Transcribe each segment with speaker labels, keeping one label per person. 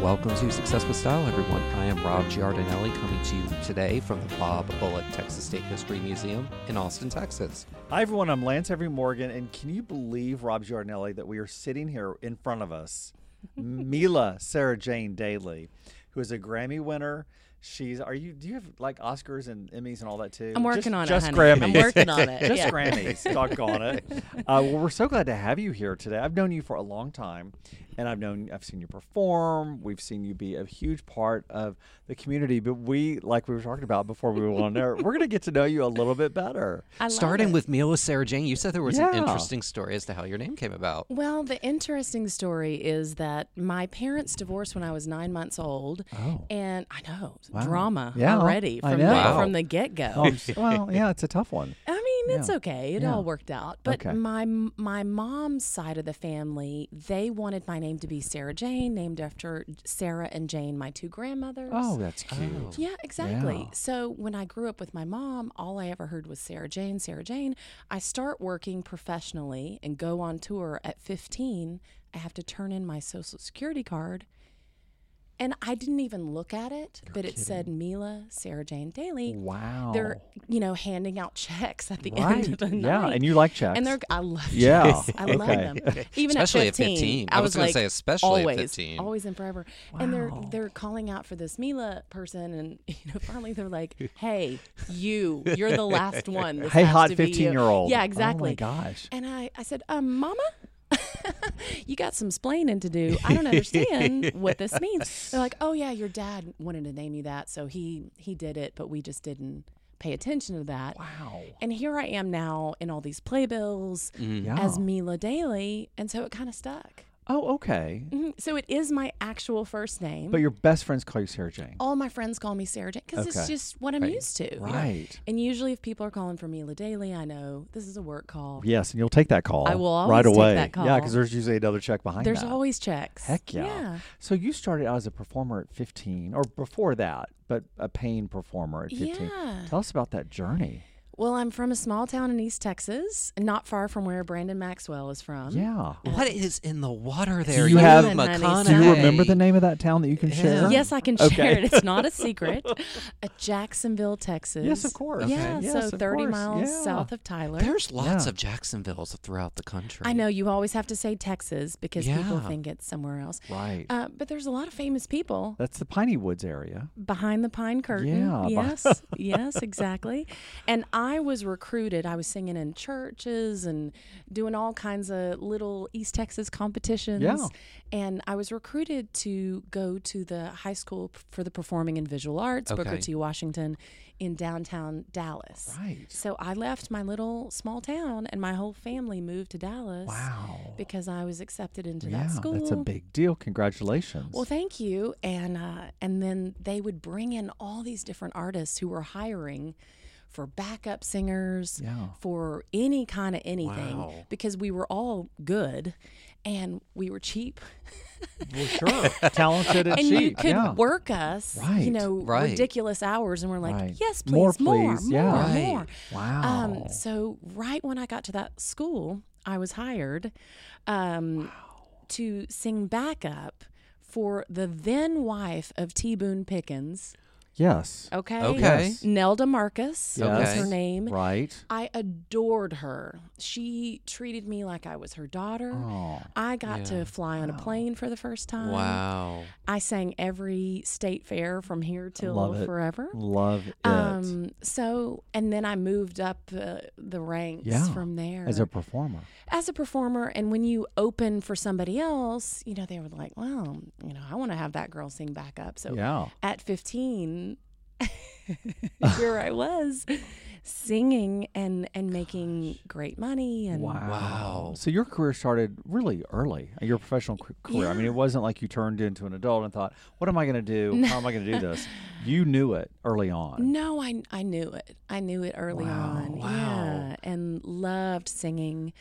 Speaker 1: Welcome to Success with Style, everyone. I am Rob Giardinelli coming to you today from the Bob Bullock Texas State History Museum in Austin, Texas.
Speaker 2: Hi, everyone. I'm Lance Henry Morgan. And can you believe, Rob Giardinelli, that we are sitting here in front of us? Mila Sarah Jane Daly, who is a Grammy winner. She's, are you, do you have like Oscars and Emmys and all that too?
Speaker 3: I'm working
Speaker 2: Just-
Speaker 3: on
Speaker 2: just
Speaker 3: it, honey.
Speaker 2: Grammys.
Speaker 3: I'm working on it.
Speaker 2: Just
Speaker 3: yeah.
Speaker 2: Grammys. Doggone it. Uh, well, we're so glad to have you here today. I've known you for a long time, and I've known I've seen you perform. We've seen you be a huge part of the community. But we, like we were talking about before we went on there, we're going to get to know you a little bit better.
Speaker 3: I love
Speaker 1: Starting
Speaker 3: it.
Speaker 1: with Mila Sarah Jane, you said there was an
Speaker 2: Yeah.
Speaker 1: interesting story as to how your name came about.
Speaker 3: Well, the interesting story is that my parents divorced when I was nine months old.
Speaker 2: Oh.
Speaker 3: And I know
Speaker 2: Wow.
Speaker 3: drama
Speaker 2: Yeah,
Speaker 3: already
Speaker 2: I
Speaker 3: from the,
Speaker 2: know.
Speaker 1: Wow.
Speaker 3: from the get go.
Speaker 2: Oh, I'm s- well, yeah, it's a tough one.
Speaker 3: I mean, it's
Speaker 2: Yeah.
Speaker 3: okay. It
Speaker 2: Yeah.
Speaker 3: all worked out. But
Speaker 2: Okay.
Speaker 3: my my mom's side of the family, they wanted my name to be Sarah Jane, named after Sarah and Jane, my two grandmothers.
Speaker 2: Oh, that's cute.
Speaker 3: Yeah, exactly.
Speaker 2: Yeah.
Speaker 3: So when I grew up with my mom, all I ever heard was Sarah Jane, Sarah Jane. I start working professionally and go on tour at 15. I have to turn in my social security card. And I didn't even look at it, but it said Mila Sarah Jane Daly.
Speaker 2: Wow.
Speaker 3: They're, you know, handing out checks at the
Speaker 2: right.
Speaker 3: end of the night.
Speaker 2: yeah, and you like checks.
Speaker 3: And they're, I love
Speaker 2: Yeah,
Speaker 3: checks. I love
Speaker 2: okay.
Speaker 3: them. Even
Speaker 1: Especially
Speaker 3: at
Speaker 1: at
Speaker 3: 15.
Speaker 1: 15. I
Speaker 3: I,
Speaker 1: was gonna
Speaker 3: like,
Speaker 1: say especially at
Speaker 3: always,
Speaker 1: 15.
Speaker 3: Always and forever. And they're
Speaker 2: Wow.
Speaker 3: they're calling out for this Mila person, and you know, finally they're like, "Hey, you, you're the last one. This
Speaker 2: hey,
Speaker 3: has
Speaker 2: hot
Speaker 3: to be you."
Speaker 2: fifteen-year-old.
Speaker 3: Yeah,
Speaker 2: Oh
Speaker 3: exactly.
Speaker 2: my gosh.
Speaker 3: And I, I said, um, Mama, you got some splaining to do. I don't understand what this means. They're like, oh, yeah, your dad wanted to name you that. So he, he did it, but we just didn't pay attention to that.
Speaker 2: Wow.
Speaker 3: And here I am now in all these playbills
Speaker 2: Yeah.
Speaker 3: as Mila Daly. And so it kind of stuck.
Speaker 2: oh, okay.
Speaker 3: Mhm. So it is my actual first name.
Speaker 2: But your best friends call you Sarah Jane.
Speaker 3: all my friends call me Sarah Jane because
Speaker 2: Okay.
Speaker 3: it's just what I'm
Speaker 1: Right.
Speaker 3: used to.
Speaker 2: Right.
Speaker 3: And usually, if people are calling for Mila Daly, I know this is a work call.
Speaker 2: Yes, and you'll take that call.
Speaker 3: I will always
Speaker 2: right
Speaker 3: take
Speaker 2: away.
Speaker 3: that
Speaker 2: Yeah,
Speaker 3: call.
Speaker 2: because there's usually another check behind.
Speaker 3: There's
Speaker 2: that.
Speaker 3: always checks.
Speaker 2: Heck yeah. So you started out as a performer at 15, or before that, but a paying performer at 15.
Speaker 3: Yeah.
Speaker 2: Tell us about that journey.
Speaker 3: Well, I'm from a small town in East Texas, not far from where Brandon Maxwell is from.
Speaker 2: yeah.
Speaker 1: What is in the water there?
Speaker 2: you have-
Speaker 1: Hugh McConaughey.
Speaker 2: Do you remember the name of that town that you can share?
Speaker 3: Yes, I can share it. It's not a secret. Uh, Jacksonville, Texas.
Speaker 2: Yes, of course.
Speaker 3: Yeah,
Speaker 2: Okay.
Speaker 3: so
Speaker 2: Yes, of
Speaker 3: 30
Speaker 2: course.
Speaker 3: miles
Speaker 2: Yeah.
Speaker 3: south of Tyler.
Speaker 1: There's lots
Speaker 2: Yeah.
Speaker 1: of Jacksonvilles throughout the country.
Speaker 3: I know you always have to say Texas because people
Speaker 1: Yeah.
Speaker 3: think it's somewhere else.
Speaker 2: Right.
Speaker 3: Uh, but there's a lot of famous people
Speaker 2: That's the Piney Woods area.
Speaker 3: behind the pine curtain.
Speaker 2: Yeah, beh-
Speaker 3: Yes. yes, exactly. And I was recruited. I was singing in churches and doing all kinds of little East Texas competitions.
Speaker 2: Yeah.
Speaker 3: And I was recruited to go to the High School p- for the Performing and Visual Arts, Booker
Speaker 1: Okay.
Speaker 3: T. Washington, in downtown Dallas.
Speaker 2: Right.
Speaker 3: So I left my little small town and my whole family moved to Dallas.
Speaker 2: Wow.
Speaker 3: Because I was accepted into
Speaker 2: yeah,
Speaker 3: that school.
Speaker 2: that's a big deal. Congratulations.
Speaker 3: Well, thank you. And uh, and then they would bring in all these different artists who were hiring for backup singers,
Speaker 2: Yeah.
Speaker 3: for any kind of anything,
Speaker 1: Wow.
Speaker 3: because we were all good and we were cheap.
Speaker 2: well, sure. Talented and,
Speaker 3: and
Speaker 2: cheap.
Speaker 3: you could
Speaker 2: yeah.
Speaker 3: work us,
Speaker 2: Right.
Speaker 3: you know,
Speaker 1: Right.
Speaker 3: ridiculous hours, and we're like,
Speaker 2: Right.
Speaker 3: yes, please,
Speaker 2: More,
Speaker 3: more, more,
Speaker 2: please. Yeah.
Speaker 3: more,
Speaker 1: Right.
Speaker 2: Wow.
Speaker 3: Um, so right when I got to that school, I was hired um, to sing backup for the then wife of T. Boone Pickens.
Speaker 2: yes.
Speaker 3: Okay.
Speaker 1: Okay.
Speaker 2: Yes.
Speaker 3: Nelda Marcus
Speaker 2: Yes.
Speaker 3: Oh, was her name.
Speaker 2: Right.
Speaker 3: I adored her. She treated me like I was her daughter.
Speaker 2: Oh.
Speaker 3: I got
Speaker 1: Yeah.
Speaker 3: to fly on a plane for the first time.
Speaker 1: Wow.
Speaker 3: I sang every state fair from here till
Speaker 2: Love it.
Speaker 3: forever.
Speaker 2: Love it.
Speaker 3: Um, so, and then I moved up uh, the ranks
Speaker 2: Yeah.
Speaker 3: from there
Speaker 2: As a performer.
Speaker 3: as a performer and when you open for somebody else you know they were like well you know i want to have that girl sing back up so
Speaker 2: yeah.
Speaker 3: at 15 here i was singing and and making great money and
Speaker 1: Wow.
Speaker 2: So your career started really early, uh, your professional c- career. I mean, it wasn't like you turned into an adult and thought, what am I going to do? How am I going to do this? You knew it early on.
Speaker 3: no i i knew it i knew it early on
Speaker 1: Wow.
Speaker 3: yeah and loved singing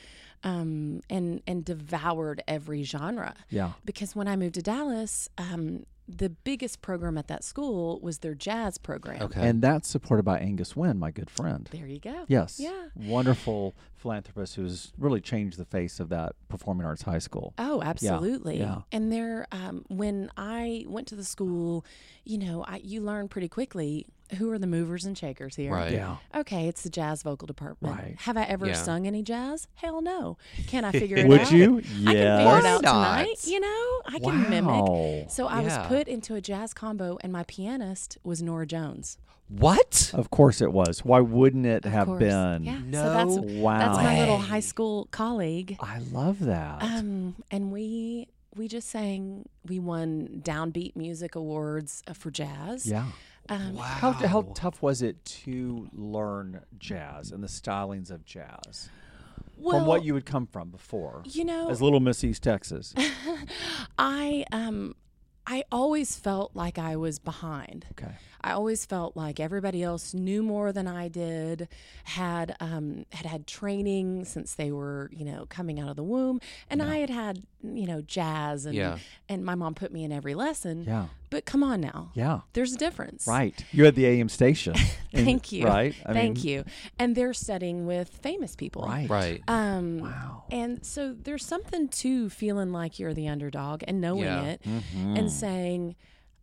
Speaker 3: um and and devoured every genre
Speaker 2: Yeah.
Speaker 3: because when I moved to Dallas, um, the biggest program at that school was their jazz program.
Speaker 1: Okay.
Speaker 2: And that's supported by Angus Wynn, my good friend.
Speaker 3: There you go.
Speaker 2: Yes.
Speaker 3: Yeah.
Speaker 2: Wonderful philanthropist who's really changed the face of that performing arts high school.
Speaker 3: Oh, absolutely.
Speaker 2: yeah.
Speaker 3: And there, um, when I went to the school, you know, I, you learn pretty quickly who are the movers and shakers here.
Speaker 1: Right.
Speaker 2: Yeah.
Speaker 3: Okay, it's the jazz vocal department.
Speaker 2: Right.
Speaker 3: Have I ever
Speaker 1: Yeah.
Speaker 3: sung any jazz? Hell no. Can I figure it
Speaker 2: Would
Speaker 3: out?
Speaker 2: you?
Speaker 3: I can figure
Speaker 2: Yes.
Speaker 3: it out
Speaker 1: Why not?
Speaker 3: tonight. You know, I can mimic.
Speaker 2: Wow.
Speaker 3: So I was
Speaker 1: Yeah.
Speaker 3: put into a jazz combo, and my pianist was Nora Jones.
Speaker 1: What?
Speaker 2: Of course it was. Why wouldn't it
Speaker 3: Of
Speaker 2: have
Speaker 3: course.
Speaker 2: been?
Speaker 3: Yeah. So that's,
Speaker 1: No
Speaker 3: that's
Speaker 2: Wow.
Speaker 3: my little
Speaker 1: way.
Speaker 3: high school colleague.
Speaker 2: I love that.
Speaker 3: Um, and we we just sang. We won downbeat music awards uh, for jazz.
Speaker 2: yeah.
Speaker 3: Um,
Speaker 1: Wow.
Speaker 2: How, how tough was it to learn jazz and the stylings of jazz
Speaker 3: well,
Speaker 2: from what you had come from before
Speaker 3: you know,
Speaker 2: as Little Miss East Texas?
Speaker 3: I um, I always felt like I was behind.
Speaker 2: Okay.
Speaker 3: I always felt like everybody else knew more than I did, had um, had had training since they were, you know, coming out of the womb, and I had had, you know, jazz and
Speaker 1: Yeah.
Speaker 3: and my mom put me in every lesson.
Speaker 2: Yeah.
Speaker 3: But come on now,
Speaker 2: Yeah.
Speaker 3: there's a difference,
Speaker 2: Right. You had the AM station. and-
Speaker 3: Thank you,
Speaker 2: Right.
Speaker 3: Thank you. And they're studying with famous people,
Speaker 2: Right.
Speaker 1: Right.
Speaker 3: Um,
Speaker 2: Wow.
Speaker 3: And so there's something to feeling like you're the underdog and knowing
Speaker 1: Yeah.
Speaker 3: it
Speaker 2: Mm-hmm.
Speaker 3: and saying,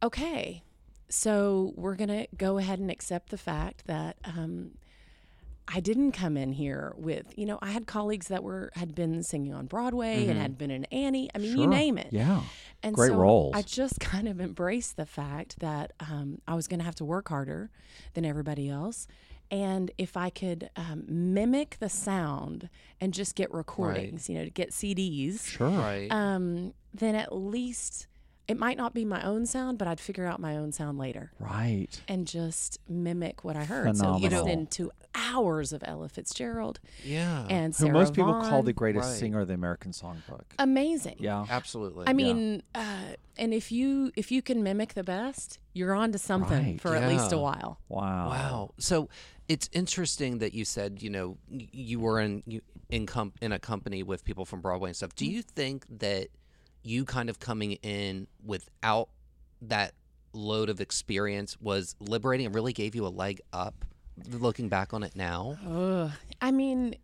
Speaker 3: okay, so we're going to go ahead and accept the fact that um, I didn't come in here with, you know, I had colleagues that were, had been singing on Broadway and had been in Annie. I mean, you
Speaker 2: Mm-hmm. Sure.
Speaker 3: name it.
Speaker 2: Yeah.
Speaker 3: And
Speaker 2: Great
Speaker 3: so
Speaker 2: roles.
Speaker 3: I just kind of embraced the fact that um, I was going to have to work harder than everybody else. And if I could um, mimic the sound and just get recordings, you know, to get CDs,
Speaker 2: Sure.
Speaker 1: Right.
Speaker 3: um, then at least it might not be my own sound, but I'd figure out my own sound later
Speaker 2: Right.
Speaker 3: and just mimic what I heard. So you
Speaker 2: Phenomenal.
Speaker 3: listen to hours of Ella Fitzgerald
Speaker 1: yeah.
Speaker 3: and
Speaker 2: Who
Speaker 3: Sarah
Speaker 2: most people call
Speaker 3: Vaughan. Uh,
Speaker 2: the greatest
Speaker 1: Right.
Speaker 2: singer of the American songbook.
Speaker 3: amazing.
Speaker 2: yeah.
Speaker 1: Absolutely.
Speaker 3: I mean, uh, and if you if you can mimic the best, you're on to something
Speaker 2: Right.
Speaker 3: for at least a
Speaker 1: Yeah.
Speaker 3: while.
Speaker 2: Wow.
Speaker 1: Wow. So it's interesting that you said, you know, y- you were in you, in, com- in a company with people from Broadway and stuff. Do you think that you kind of coming in without that load of experience was liberating and really gave you a leg up looking back on it now?
Speaker 3: Ugh. I mean,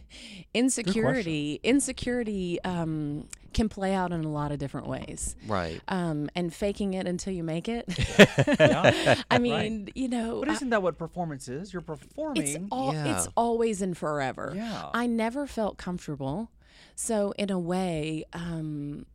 Speaker 3: insecurity insecurity um, can play out in a lot of different ways.
Speaker 1: Right.
Speaker 3: Um, and faking it until you make it.
Speaker 2: Yeah.
Speaker 3: I mean, you know,
Speaker 2: But
Speaker 3: I-
Speaker 2: isn't that what performance is? You're performing.
Speaker 3: it's all it's
Speaker 1: Yeah.
Speaker 3: always and forever.
Speaker 2: Yeah.
Speaker 3: I never felt comfortable. So in a way, um,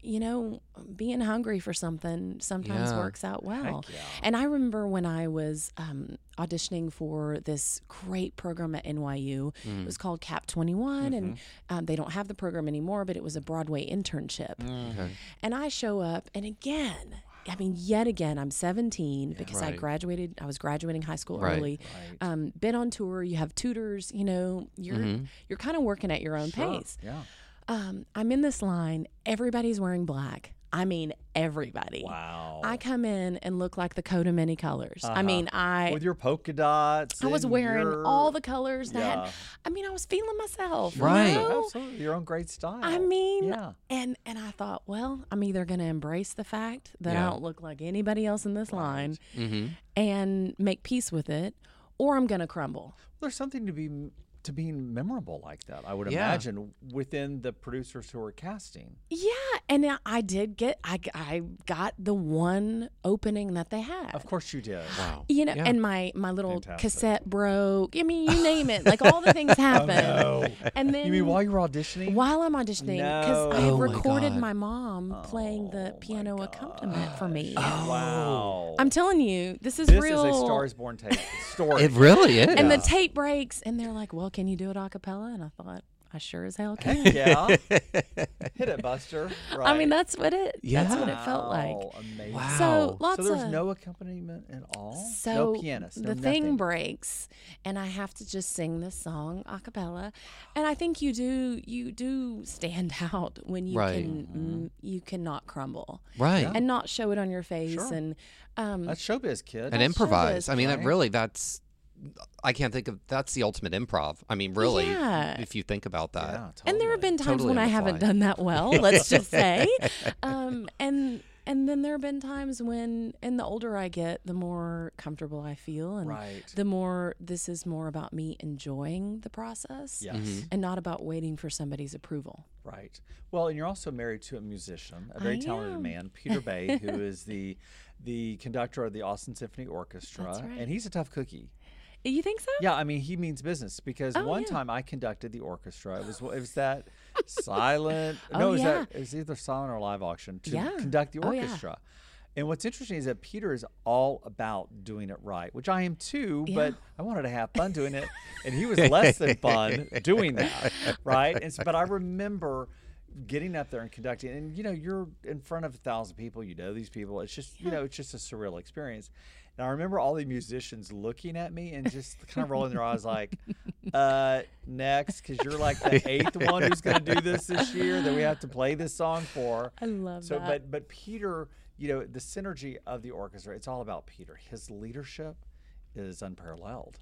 Speaker 3: you know, being hungry for something sometimes
Speaker 1: Yeah.
Speaker 3: works out well.
Speaker 2: yeah.
Speaker 3: And I remember when I was um, auditioning for this great program at NYU. It
Speaker 1: Mm.
Speaker 3: was called Cap 21, and
Speaker 1: Mm-hmm.
Speaker 3: um, they don't have the program anymore, but it was a Broadway internship.
Speaker 1: Okay.
Speaker 3: And I show up, and again, I mean, yet again, I'm 17 because I
Speaker 1: Right.
Speaker 3: graduated. I was graduating high school
Speaker 1: Right.
Speaker 3: early. Um, been on tour. You have tutors. You know, you're
Speaker 1: Mm-hmm.
Speaker 3: you're kind of working at your own pace.
Speaker 2: yeah.
Speaker 3: Um, I'm in this line. Everybody's wearing black. I mean, everybody.
Speaker 2: Wow.
Speaker 3: I come in and look like the coat of many colors. I mean, I
Speaker 2: Uh-huh. With your polka dots.
Speaker 3: I was
Speaker 2: and
Speaker 3: wearing
Speaker 2: your-
Speaker 3: all the colors. and I had-
Speaker 2: Yeah.
Speaker 3: I mean, I was feeling myself. you
Speaker 1: Right.
Speaker 3: know?
Speaker 2: Absolutely. Your own great style.
Speaker 3: I mean,
Speaker 2: Yeah.
Speaker 3: and and I thought, well, I'm either going to embrace the fact that
Speaker 1: Yeah.
Speaker 3: I don't look like anybody else in this line
Speaker 1: Mm-hmm.
Speaker 3: and make peace with it, or I'm going to crumble.
Speaker 2: There's something to be to being memorable like that. I would
Speaker 1: Yeah.
Speaker 2: imagine within the producers who are casting.
Speaker 3: Yeah, and I- I did get I g- I got the one opening that they had.
Speaker 2: Of course you did.
Speaker 1: Wow.
Speaker 3: You know,
Speaker 1: Yeah.
Speaker 3: and my my little
Speaker 2: Fantastic. Oh,
Speaker 3: cassette broke. I mean, you name it. Like all the things happen. And then
Speaker 2: You mean while you were auditioning?
Speaker 3: While I'm auditioning, because I
Speaker 1: No. Oh my
Speaker 3: recorded
Speaker 1: God.
Speaker 3: my mom playing the
Speaker 2: Oh my
Speaker 3: piano accompaniment for me.
Speaker 2: Oh. Wow.
Speaker 3: I'm telling you, this is
Speaker 2: this
Speaker 3: real.
Speaker 2: is a Star is Born tape story.
Speaker 1: It really is.
Speaker 3: and the tape breaks, and they're like, "Well, can you do it a cappella?" And I thought, "I sure as hell can."
Speaker 2: yeah. Hit it, Buster. Right.
Speaker 3: I mean, that's what it. That's what it felt like.
Speaker 2: Wow, Amazing.
Speaker 1: Wow.
Speaker 3: So lots
Speaker 2: so there's
Speaker 3: of
Speaker 2: no accompaniment at all.
Speaker 3: so
Speaker 2: no pianist. No
Speaker 3: the thing
Speaker 2: nothing.
Speaker 3: breaks, and I have to just sing this song a cappella. And I think you do you do stand out when you
Speaker 1: Right.
Speaker 3: can mm, you cannot crumble
Speaker 1: right.
Speaker 3: and not show it on your face
Speaker 2: Sure.
Speaker 3: and um,
Speaker 2: That's showbiz, kid.
Speaker 1: and improvise.
Speaker 3: showbiz,
Speaker 1: I mean, that
Speaker 2: right?
Speaker 1: really, that's I can't think of that's the ultimate improv. I mean, really,
Speaker 3: Yeah.
Speaker 1: if you think about
Speaker 2: yeah,
Speaker 1: that,
Speaker 3: And there have
Speaker 2: totally.
Speaker 3: been times
Speaker 1: Totally
Speaker 3: when
Speaker 1: on
Speaker 3: I
Speaker 1: the
Speaker 3: haven't
Speaker 1: fly.
Speaker 3: done that well, let's just say. Um, and And then there have been times when, and the older I get, the more comfortable I feel, and
Speaker 2: Right.
Speaker 3: the more this is more about me enjoying the process
Speaker 2: Yes.
Speaker 1: Mm-hmm.
Speaker 3: and not about waiting for somebody's approval.
Speaker 2: Right. Well, and you're also married to a musician, a very
Speaker 3: I
Speaker 2: talented
Speaker 3: am.
Speaker 2: man, Peter Bay, who is the the conductor of the Austin Symphony Orchestra,
Speaker 3: That's right.
Speaker 2: and he's a tough cookie.
Speaker 3: You think so?
Speaker 2: Yeah, I mean, he means business because one
Speaker 3: Oh, yeah.
Speaker 2: time I conducted the orchestra. It was it was that silent.
Speaker 3: Oh,
Speaker 2: no, it was
Speaker 3: yeah.
Speaker 2: that it was either silent or live auction to
Speaker 3: Yeah.
Speaker 2: conduct the
Speaker 3: Oh, yeah.
Speaker 2: orchestra. And what's interesting is that Peter is all about doing it right, which I am too, but I wanted to have fun doing it, and he was less than fun doing that, right? And so, but I remember getting up there and conducting, and you know, you're in front of a thousand people, you know these people. It's just, you know, it's just a surreal experience. And I remember all the musicians looking at me and just kind of rolling their eyes, like, uh, "Next," because you're like the eighth one who's going to do this this year that we have to play this song for.
Speaker 3: I love
Speaker 2: So,
Speaker 3: that.
Speaker 2: but but Peter, you know, the synergy of the orchestra, it's all about Peter. His leadership is unparalleled.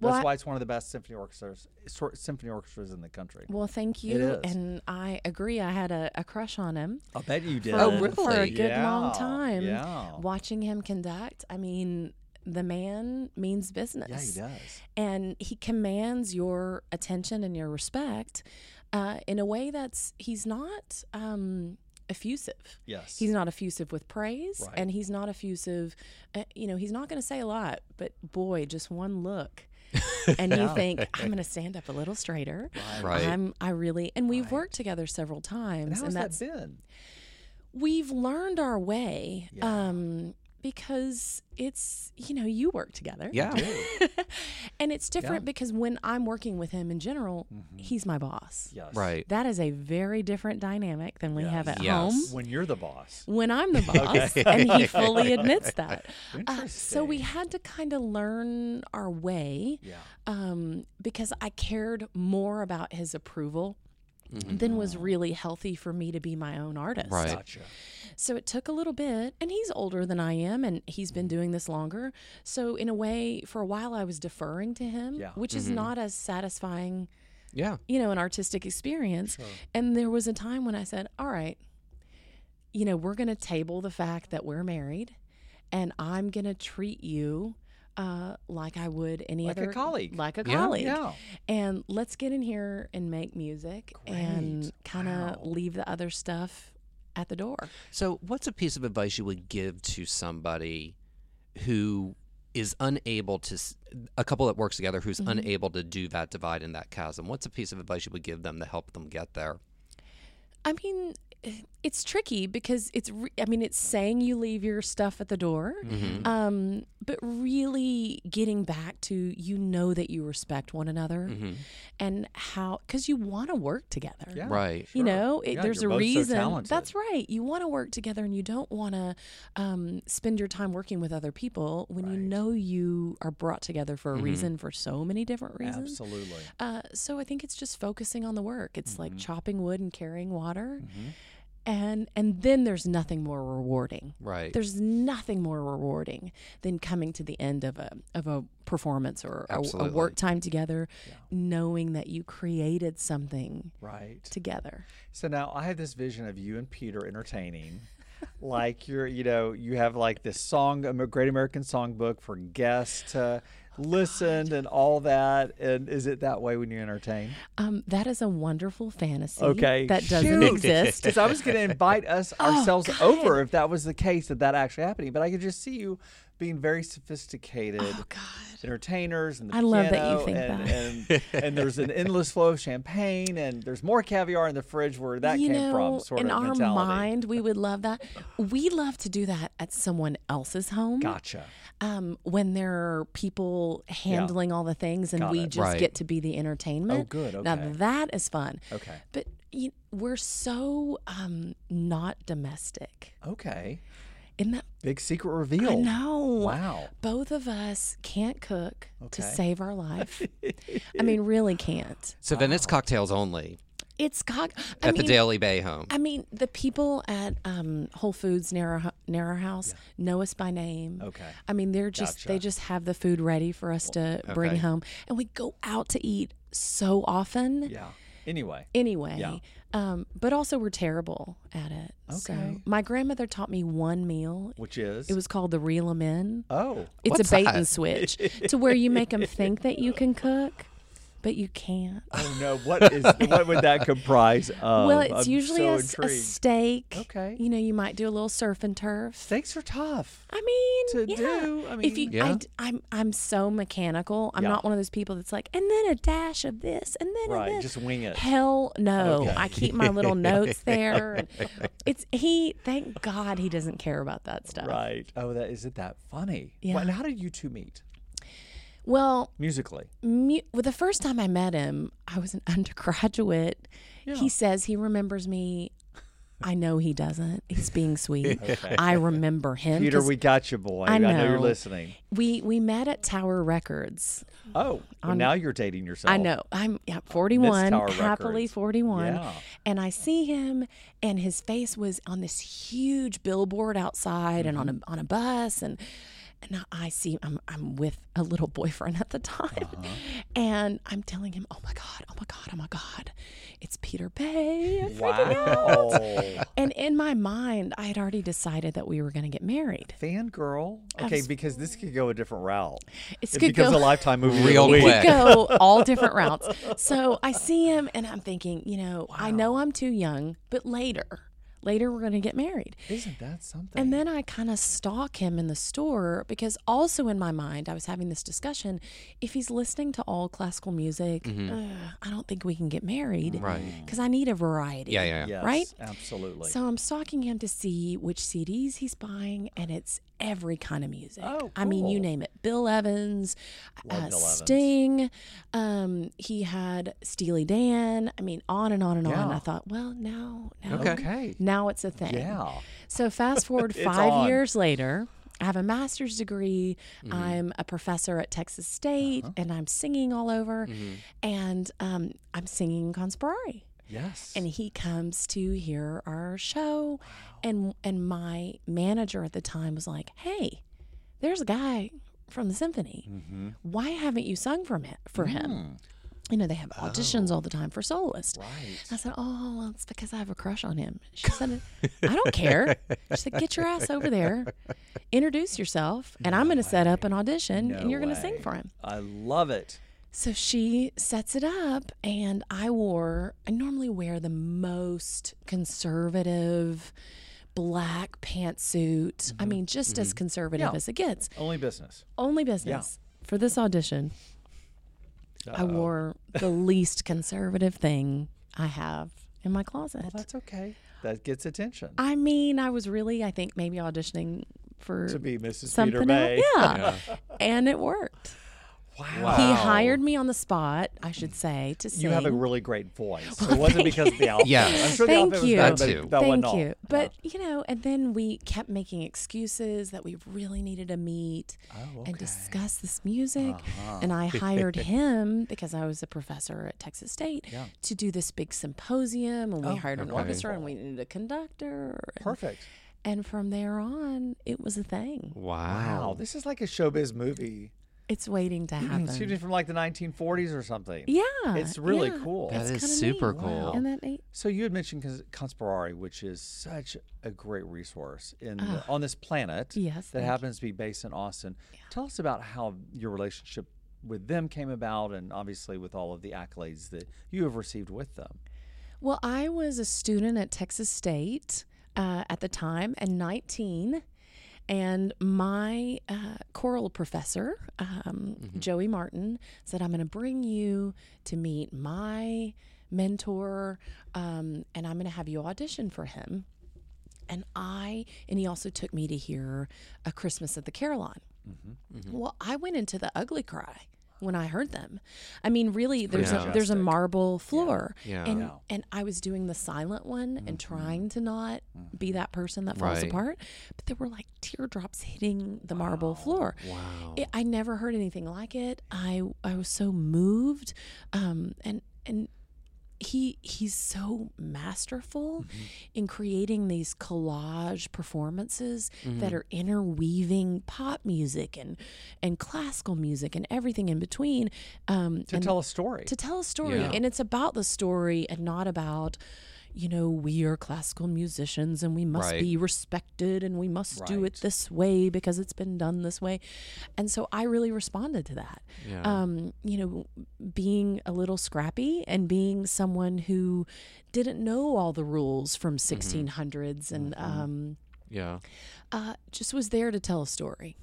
Speaker 3: Well,
Speaker 2: That's
Speaker 3: I-
Speaker 2: why it's one of the best symphony orchestras, sor- symphony orchestras in the country.
Speaker 3: Well, thank you.
Speaker 2: is.
Speaker 3: And I agree. I had a, a crush on him.
Speaker 2: I bet you did.
Speaker 1: Oh,
Speaker 3: for- For a
Speaker 1: really?
Speaker 3: good long
Speaker 2: Yeah,
Speaker 3: time.
Speaker 2: Yeah.
Speaker 3: Watching him conduct, I mean, the man means business.
Speaker 2: Yeah, he does.
Speaker 3: And he commands your attention and your respect uh, in a way that's, he's not um, effusive.
Speaker 2: Yes.
Speaker 3: He's not effusive with praise,
Speaker 2: Right.
Speaker 3: and he's not effusive. Uh, you know, he's not going to say a lot, but boy, just one look, and you think I'm going to stand up a little straighter.
Speaker 1: Right.
Speaker 3: I'm. I really. And we've worked together several times,
Speaker 2: and how's
Speaker 3: that's
Speaker 2: that been?
Speaker 3: we've learned our way
Speaker 2: Yeah.
Speaker 3: um, because it's you know you work together
Speaker 1: Yeah.
Speaker 3: and it's different because when i'm working with him in general he's my boss
Speaker 2: Yes.
Speaker 1: Right.
Speaker 3: that is a very different dynamic than we have
Speaker 2: Yes.
Speaker 3: at
Speaker 1: Yes.
Speaker 3: home
Speaker 2: When you're the boss.
Speaker 3: when i'm the boss and he fully admits that Uh,
Speaker 2: Interesting.
Speaker 3: so we had to kind of learn our way
Speaker 2: Yeah.
Speaker 3: um, because I cared more about his approval than was really healthy for me to be my own artist.
Speaker 1: Right.
Speaker 2: Gotcha.
Speaker 3: So it took a little bit, and he's older than I am, and he's been
Speaker 2: Mm-hmm.
Speaker 3: doing this longer. So, in a way, for a while, I was deferring to him,
Speaker 2: Yeah. Mm-hmm.
Speaker 3: which is not as satisfying,
Speaker 1: Yeah.
Speaker 3: you know, an artistic experience. And there was a time when I said, All right, you know, we're going to table the fact that we're married, and I'm going to treat you. Uh, like I would any
Speaker 2: Like a
Speaker 3: other
Speaker 2: colleague.
Speaker 3: like a
Speaker 1: Yeah.
Speaker 3: colleague,
Speaker 2: Yeah.
Speaker 3: and let's get in here and make music and
Speaker 2: Great.
Speaker 3: kind of
Speaker 2: Wow.
Speaker 3: leave the other stuff at the door.
Speaker 1: So, what's a piece of advice you would give to somebody who is unable to, s- a couple that works together who's unable to do that divide and that chasm? What's a piece of advice you would give them to help them get there?
Speaker 3: I mean, eh, it's tricky because it's. Re- I mean, it's saying you leave your stuff at the door, um, but really getting back to you know that you respect one another and how because you want to work together.
Speaker 2: Yeah.
Speaker 1: Right.
Speaker 3: You
Speaker 2: sure.
Speaker 3: know, it,
Speaker 2: Yeah,
Speaker 3: there's
Speaker 2: you're
Speaker 3: a
Speaker 2: both so
Speaker 3: reason.
Speaker 2: talented.
Speaker 3: That's right. You want to work together, and you don't want to um, spend your time working with other people when you know you are brought together for a reason, for so many different reasons.
Speaker 2: Absolutely.
Speaker 3: Uh, so I think it's just focusing on the work. It's
Speaker 1: Mm-hmm.
Speaker 3: like chopping wood and carrying water, and and then there's nothing more rewarding.
Speaker 1: Right.
Speaker 3: There's nothing more rewarding than coming to the end of a of a performance or a, a
Speaker 1: Absolutely.
Speaker 3: work time together, knowing that you created something
Speaker 2: Right.
Speaker 3: together.
Speaker 2: So now I have this vision of you and Peter entertaining. like you're, you know, you have like this song, a Great American Songbook for guests to listen and all that. And is it that way when you entertain?
Speaker 3: Um, that is a wonderful fantasy.
Speaker 2: Okay.
Speaker 3: that doesn't
Speaker 2: Shoot.
Speaker 3: exist. Oh,
Speaker 2: Because I was going to invite us ourselves
Speaker 3: God.
Speaker 2: over if that was the case, that that actually happening. But I could just see you being very sophisticated.
Speaker 3: Oh God.
Speaker 2: entertainers and the
Speaker 3: I love that you
Speaker 2: piano
Speaker 3: think
Speaker 2: and, and, and there's an endless flow of champagne and there's more caviar in the fridge where that
Speaker 3: you
Speaker 2: came
Speaker 3: know,
Speaker 2: from sort
Speaker 3: in
Speaker 2: of
Speaker 3: our
Speaker 2: mentality.
Speaker 3: mind, we would love that. We love to do that at someone else's home.
Speaker 2: Gotcha.
Speaker 3: um, when there are people handling all the things and
Speaker 2: Got
Speaker 3: we
Speaker 2: it.
Speaker 3: just
Speaker 1: Right.
Speaker 3: get to be the entertainment.
Speaker 2: Oh, good.
Speaker 3: Now
Speaker 2: Okay.
Speaker 3: that is fun.
Speaker 2: Okay.
Speaker 3: But you we're so um, not domestic.
Speaker 2: Okay.
Speaker 3: In that,
Speaker 2: Big secret reveal.
Speaker 3: I know.
Speaker 2: Wow.
Speaker 3: Both of us can't cook to
Speaker 2: Okay.
Speaker 3: save our life. I mean, really can't.
Speaker 1: So then it's cocktails only
Speaker 3: It's cock. I
Speaker 1: at
Speaker 3: mean,
Speaker 1: the Daily Bay home.
Speaker 3: I mean, the people at um, Whole Foods near our, hu- near our house know us by name.
Speaker 2: Okay.
Speaker 3: I mean, they're just they just have the
Speaker 2: Oh,
Speaker 3: food ready for us to bring
Speaker 1: okay.
Speaker 3: home, and we go out to eat so often.
Speaker 2: Yeah. Anyway,
Speaker 3: anyway.
Speaker 2: Yeah.
Speaker 3: Um, but also we're terrible at it. So
Speaker 2: Okay.
Speaker 3: my grandmother taught me one meal.
Speaker 2: which is
Speaker 3: It was called the reel 'em in.
Speaker 2: oh
Speaker 3: It's
Speaker 1: What's
Speaker 3: a bait
Speaker 1: that?
Speaker 3: and switch to where you make them think that you can cook, but you can't.
Speaker 2: oh no, what is what would that comprise of?
Speaker 3: well, it's
Speaker 2: Oh, I'm
Speaker 3: usually
Speaker 2: so
Speaker 3: a s- a,
Speaker 2: intrigued.
Speaker 3: steak.
Speaker 2: Okay.
Speaker 3: You know, you might do a little surf and turf.
Speaker 2: Steaks are tough.
Speaker 3: I mean,
Speaker 2: To
Speaker 3: yeah.
Speaker 2: do, I
Speaker 3: if you,
Speaker 2: mean-
Speaker 1: Yeah.
Speaker 3: I, am I'm so mechanical. I'm
Speaker 2: Yeah.
Speaker 3: not one of those people that's like, and then a dash of this, and then
Speaker 2: Right,
Speaker 3: a this.
Speaker 2: just wing it.
Speaker 3: Hell no.
Speaker 2: Okay.
Speaker 3: I keep my little notes there. and It's he. Thank God he doesn't care about that stuff.
Speaker 2: Right. Oh, that is it that funny?
Speaker 3: Yeah.
Speaker 2: Well, and how did you two meet
Speaker 3: Well,
Speaker 2: musically?
Speaker 3: mu- well, the first time I met him, I was an undergraduate. He says he remembers me. I know he doesn't. He's being sweet. I remember him.
Speaker 2: Peter,
Speaker 3: 'cause
Speaker 2: we got you, boy.
Speaker 3: I
Speaker 2: you're
Speaker 3: know.
Speaker 2: listening.
Speaker 3: we we met at Tower Records.
Speaker 2: Oh, well, now you're dating yourself.
Speaker 3: I know. I'm yeah, 41,
Speaker 2: Tower
Speaker 3: happily
Speaker 2: Records.
Speaker 3: 41.
Speaker 2: Yeah.
Speaker 3: And I see him and his face was on this huge billboard outside and on
Speaker 2: Mm-hmm.
Speaker 3: a on a bus and and I see I'm I'm with a little boyfriend at the time.
Speaker 2: Uh-huh.
Speaker 3: And I'm telling him, "Oh my god, oh my god, oh my god. It's Peter Bay." I'm freaking out.
Speaker 2: Wow.
Speaker 3: And in my mind, I had already decided that we were going to get married.
Speaker 2: Fangirl. Okay, because this could go a different route.
Speaker 3: It's
Speaker 2: it
Speaker 3: good
Speaker 2: becomes
Speaker 3: go-
Speaker 2: a lifetime movie. of the
Speaker 1: Real
Speaker 2: week.
Speaker 1: quick.
Speaker 3: could go all different routes. So I see him and I'm thinking, you know, I know I'm too young, but later, later we're going to get married.
Speaker 2: Isn't that something?
Speaker 3: And then I kind of stalk him in the store because also in my mind, I was having this discussion. If he's listening to all classical music, uh, I don't think we can get married.
Speaker 1: Mm-hmm. Right.
Speaker 3: Because I need a variety.
Speaker 1: Yeah, yeah, yeah.
Speaker 2: yes,
Speaker 3: right?
Speaker 2: Absolutely.
Speaker 3: So I'm stalking him to see which CDs he's buying, and it's every kind of music.
Speaker 2: Oh,
Speaker 3: I mean, you
Speaker 2: cool.
Speaker 3: name it: Bill Evans,
Speaker 2: Love
Speaker 3: uh,
Speaker 2: Bill Evans.
Speaker 3: Sting. Um, he had Steely Dan. I mean, on and on and on.
Speaker 2: Yeah.
Speaker 3: I thought, well, now, now,
Speaker 1: Okay.
Speaker 2: okay.
Speaker 3: now it's a thing.
Speaker 2: Yeah.
Speaker 3: So fast forward
Speaker 2: It's
Speaker 3: five
Speaker 2: on. Mm-hmm.
Speaker 3: years later. I have a master's degree. I'm a professor at Texas
Speaker 2: Uh-huh.
Speaker 3: State, and I'm singing all over,
Speaker 2: Mm-hmm.
Speaker 3: and um, I'm singing Consperari
Speaker 2: Yes.
Speaker 3: and he comes to hear our show and and my manager at the time was like hey there's a guy from the symphony
Speaker 2: Mm-hmm.
Speaker 3: why haven't you sung from him, for
Speaker 2: Hmm.
Speaker 3: him you know they have auditions all the time for soloists
Speaker 2: Oh. right.
Speaker 3: I said, "Oh, well, it's because I have a crush on him." She said, "I don't care." She said, "Get your ass over there, introduce yourself, and I'm going to set up an audition,
Speaker 2: No
Speaker 3: and you're going to sing
Speaker 2: way.
Speaker 3: for him."
Speaker 2: I love it.
Speaker 3: So she sets it up, and I wore, I normally wear the most conservative black pantsuit. I mean, just as conservative
Speaker 2: Mm-hmm. Yeah.
Speaker 3: as it gets.
Speaker 2: Only business.
Speaker 3: Only business. For this audition, I
Speaker 2: Uh-oh.
Speaker 3: wore the least conservative thing I have in my closet.
Speaker 2: That's okay. That gets attention.
Speaker 3: I mean, I was really, I think, maybe auditioning for
Speaker 2: to be Mrs. Peter
Speaker 3: something
Speaker 2: May.
Speaker 3: else. Yeah. And it worked.
Speaker 2: Wow.
Speaker 3: He hired me on the spot, I should say, to sing.
Speaker 2: You have a really great voice. it wasn't because of the outfit.
Speaker 1: Yes.
Speaker 2: I'm sure
Speaker 3: Thank
Speaker 2: the outfit
Speaker 3: you.
Speaker 1: That
Speaker 2: was bad,
Speaker 1: too.
Speaker 2: but that wasn't
Speaker 3: Thank
Speaker 2: all.
Speaker 3: you. But you know, and then we kept making excuses that we really needed to meet
Speaker 2: Oh,
Speaker 3: and discuss this music.
Speaker 2: Uh-huh.
Speaker 3: And I hired him because I was a professor at Texas State to do this big symposium, and we hired an orchestra, and we needed a conductor. and-
Speaker 2: Oh, Perfect.
Speaker 3: And from there on, it was a thing.
Speaker 1: Wow.
Speaker 2: Wow, this is like a showbiz movie.
Speaker 3: It's waiting to happen.
Speaker 2: It's shooting from like the 1940s or something.
Speaker 3: yeah,
Speaker 2: It's really
Speaker 3: yeah.
Speaker 2: cool.
Speaker 1: That is
Speaker 3: It's kinda
Speaker 1: super
Speaker 3: neat.
Speaker 1: cool.
Speaker 3: And that neat?
Speaker 2: So you had mentioned Cons- Consperari, which is such a great resource in the, on this planet.
Speaker 3: Yes,
Speaker 2: that
Speaker 3: thank
Speaker 2: happens to be based in Austin. Tell us about how your relationship with them came about, and obviously with all of the accolades that you have received with them.
Speaker 3: Well, I was a student at Texas State uh, at the time and 19. And my uh, choral professor, um, Joey Martin, said, I'm going to bring you to meet my mentor um, and I'm going to have you audition for him. And I, and he also took me to hear A Christmas at the Carillon. Well, I went into the ugly cry when I heard them. I mean, really, there's a, there's a marble floor,
Speaker 1: Yeah.
Speaker 3: and
Speaker 1: Yeah. Mm-hmm.
Speaker 3: and I was doing the silent one and trying to not be that person that falls
Speaker 1: Right.
Speaker 3: apart, but there were like teardrops hitting the marble floor.
Speaker 1: Wow.
Speaker 3: It, I never heard anything like it. I I was so moved, um, and and he he's so masterful
Speaker 1: Mm-hmm.
Speaker 3: in creating these collage performances that
Speaker 1: Mm-hmm.
Speaker 3: are interweaving pop music and and classical music and everything in between. Um,
Speaker 2: to
Speaker 3: and-
Speaker 2: tell a story.
Speaker 3: to tell a story
Speaker 1: Yeah.
Speaker 3: and it's about the story and not about you know we are classical musicians and we must
Speaker 1: Right.
Speaker 3: be respected and we must do it this way because it's been done this way and so i really responded to that
Speaker 1: Yeah.
Speaker 3: um, you know being a little scrappy and being someone who didn't know all the rules from
Speaker 1: Mm-hmm.
Speaker 3: 1600s and um,
Speaker 1: yeah.
Speaker 3: uh, just was there to tell a story.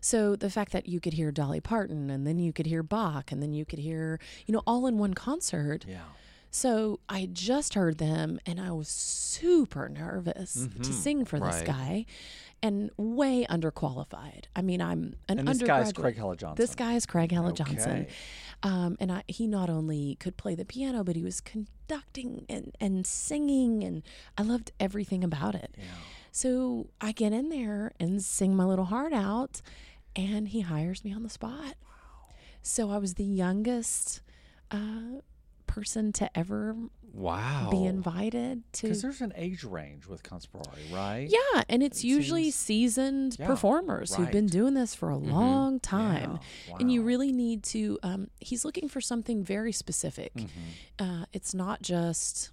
Speaker 3: So the fact that you could hear Dolly Parton and then you could hear Bach and then you could hear, you know, all in one concert.
Speaker 2: yeah.
Speaker 3: So I had just heard them and I was super nervous
Speaker 2: Mm-hmm.
Speaker 3: to sing for this
Speaker 1: Right.
Speaker 3: guy and way underqualified. I mean, I'm an
Speaker 2: And this
Speaker 3: undergraduate.
Speaker 2: guy's Craig Hella Johnson.
Speaker 3: This guy is Craig Hella Johnson.
Speaker 2: Okay.
Speaker 3: Um, and I, he not only could play the piano, but he was conducting and, and singing. And I loved everything about it. So I get in there and sing my little heart out, and he hires me on the spot. So I was the youngest uh, person to ever
Speaker 1: Wow.
Speaker 3: be invited to
Speaker 2: Because there's an age range with Consperari, right?
Speaker 3: yeah, and it's usually seasoned
Speaker 2: Yeah,
Speaker 3: performers who've been
Speaker 2: right. Mm-hmm.
Speaker 3: doing this for a long time.
Speaker 2: Yeah,
Speaker 3: And you
Speaker 2: wow.
Speaker 3: really need to, um, he's looking for something very specific.
Speaker 2: Mm-hmm.
Speaker 3: Uh, it's not just,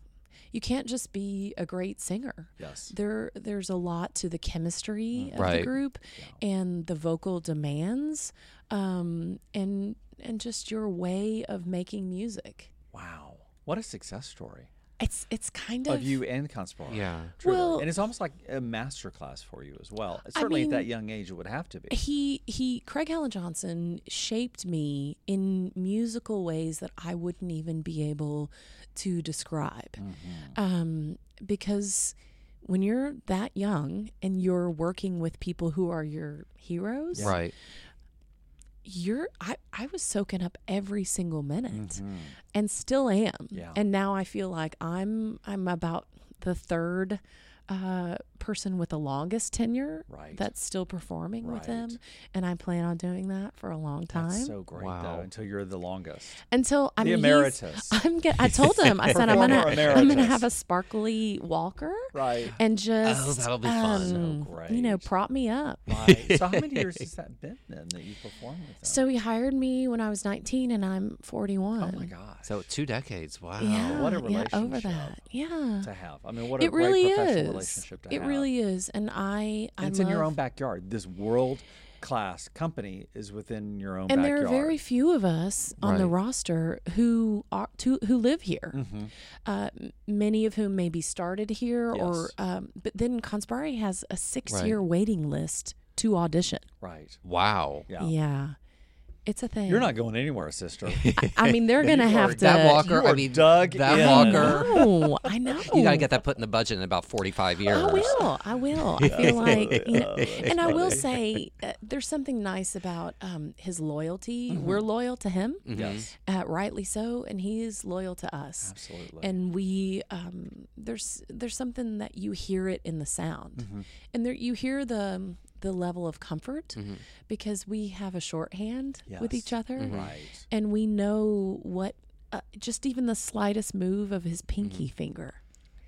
Speaker 3: you can't just be a great singer.
Speaker 2: Yes. Mm.
Speaker 3: There, there's a lot to the chemistry of the
Speaker 1: Right.
Speaker 3: group and the vocal demands, um, and and just your way of making music.
Speaker 2: Wow. What a success story
Speaker 3: It's it's kind of,
Speaker 2: of you and Consperari.
Speaker 1: Yeah.
Speaker 2: Truly.
Speaker 3: Well-
Speaker 2: and it's almost like a master class for you as well. Certainly
Speaker 3: mean-
Speaker 2: at that young age, it would have to be.
Speaker 3: he he Craig Helen Johnson shaped me in musical ways that I wouldn't even be able to describe. Um, because when you're that young and you're working with people who are your heroes,
Speaker 1: Right.
Speaker 3: you're I, I was soaking up every single minute and still am.
Speaker 2: Mm-hmm. Yeah.
Speaker 3: And now I feel like I'm I'm about the third uh, person with the longest tenure
Speaker 2: Right.
Speaker 3: that's still performing with
Speaker 2: Right.
Speaker 3: them. And I plan on doing that for a long time.
Speaker 2: That's so great,
Speaker 1: Wow.
Speaker 2: though, until you're the longest.
Speaker 3: Until I'm
Speaker 2: The emeritus.
Speaker 3: I'm get, I told him I said I'm
Speaker 2: Performer
Speaker 3: gonna I'm gonna
Speaker 2: emeritus.
Speaker 3: have a sparkly walker
Speaker 2: Right. Oh,
Speaker 3: and just
Speaker 1: that'll be fun. So
Speaker 3: um, you know
Speaker 2: great.
Speaker 3: prop me up.
Speaker 2: Right. So how many years has that been then that you performed with them?
Speaker 3: So he hired me when I was 19 and I'm 41.
Speaker 2: oh my gosh.
Speaker 1: So two decades. Wow.
Speaker 3: Yeah,
Speaker 2: what a
Speaker 3: yeah, over
Speaker 2: relationship.
Speaker 3: that. Yeah,
Speaker 2: to have. I mean, what a
Speaker 3: Uh, it really
Speaker 2: great professional
Speaker 3: is.
Speaker 2: relationship to
Speaker 3: It
Speaker 2: have.
Speaker 3: really is, and I, I
Speaker 2: And it's in your
Speaker 3: love-
Speaker 2: own backyard. This world class company is within your own
Speaker 3: And
Speaker 2: backyard.
Speaker 3: there are very few of us on the
Speaker 1: Right.
Speaker 3: roster who are to, who live here.
Speaker 2: Mm-hmm.
Speaker 3: Uh, m- many of whom maybe started here,
Speaker 2: Yes.
Speaker 3: or um, but then Conspari has a six-year waiting list to audition.
Speaker 2: right.
Speaker 1: Wow.
Speaker 2: Yeah.
Speaker 3: Yeah, it's a thing.
Speaker 2: You're not going anywhere, sister.
Speaker 3: I mean, they're gonna have to.
Speaker 1: That walker.
Speaker 2: you
Speaker 1: I
Speaker 2: are
Speaker 1: mean,
Speaker 2: dug
Speaker 1: that
Speaker 2: in.
Speaker 1: walker.
Speaker 3: No, I know.
Speaker 1: You gotta get that put in the budget in about
Speaker 2: Oh,
Speaker 1: forty-five years.
Speaker 3: I will. I will. I feel like, you know, and I will say, uh, there's something nice about um, his loyalty.
Speaker 2: Mm-hmm.
Speaker 3: We're loyal to him,
Speaker 2: Yes,
Speaker 3: uh, rightly so, and he is loyal to us.
Speaker 2: absolutely.
Speaker 3: And we, um, there's there's something that you hear it in the sound,
Speaker 2: Mm-hmm.
Speaker 3: and there you hear the the level of comfort because we have a shorthand with
Speaker 2: Mm-hmm. Yes. Mm-hmm.
Speaker 3: each other,
Speaker 2: right.
Speaker 3: and we know what uh, just even the slightest move of his
Speaker 2: Mm-hmm.
Speaker 3: pinky finger.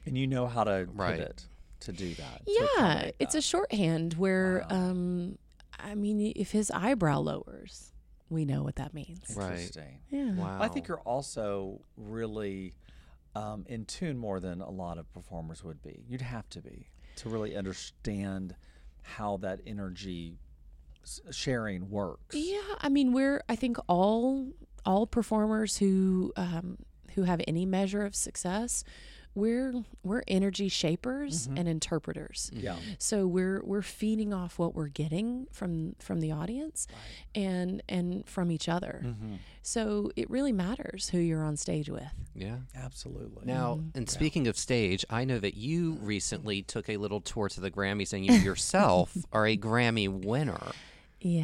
Speaker 2: And you know how to
Speaker 1: Right.
Speaker 2: pivot to do that. to
Speaker 3: Yeah,
Speaker 2: accommodate
Speaker 3: it's
Speaker 2: that.
Speaker 3: a shorthand where, um, I mean, if his eyebrow lowers, we know what that means.
Speaker 1: Right.
Speaker 2: Interesting.
Speaker 3: Yeah.
Speaker 1: Wow.
Speaker 2: I think you're also really um, in tune more than a lot of performers would be. You'd have to be to really understand how that energy s- sharing works.
Speaker 3: Yeah, I mean, we're I think all all performers who um, who have any measure of success, we're we're energy shapers
Speaker 1: Mm-hmm.
Speaker 3: and interpreters.
Speaker 1: Mm.
Speaker 2: Yeah.
Speaker 3: So we're we're feeding off what we're getting from from the audience, and and from each other.
Speaker 1: Mm-hmm.
Speaker 3: So it really matters who you're on stage with.
Speaker 1: Yeah.
Speaker 2: Absolutely.
Speaker 1: Now, and speaking of stage, I know that you recently took a little tour to the Grammys, and you yourself are a Grammy winner.
Speaker 3: Yeah,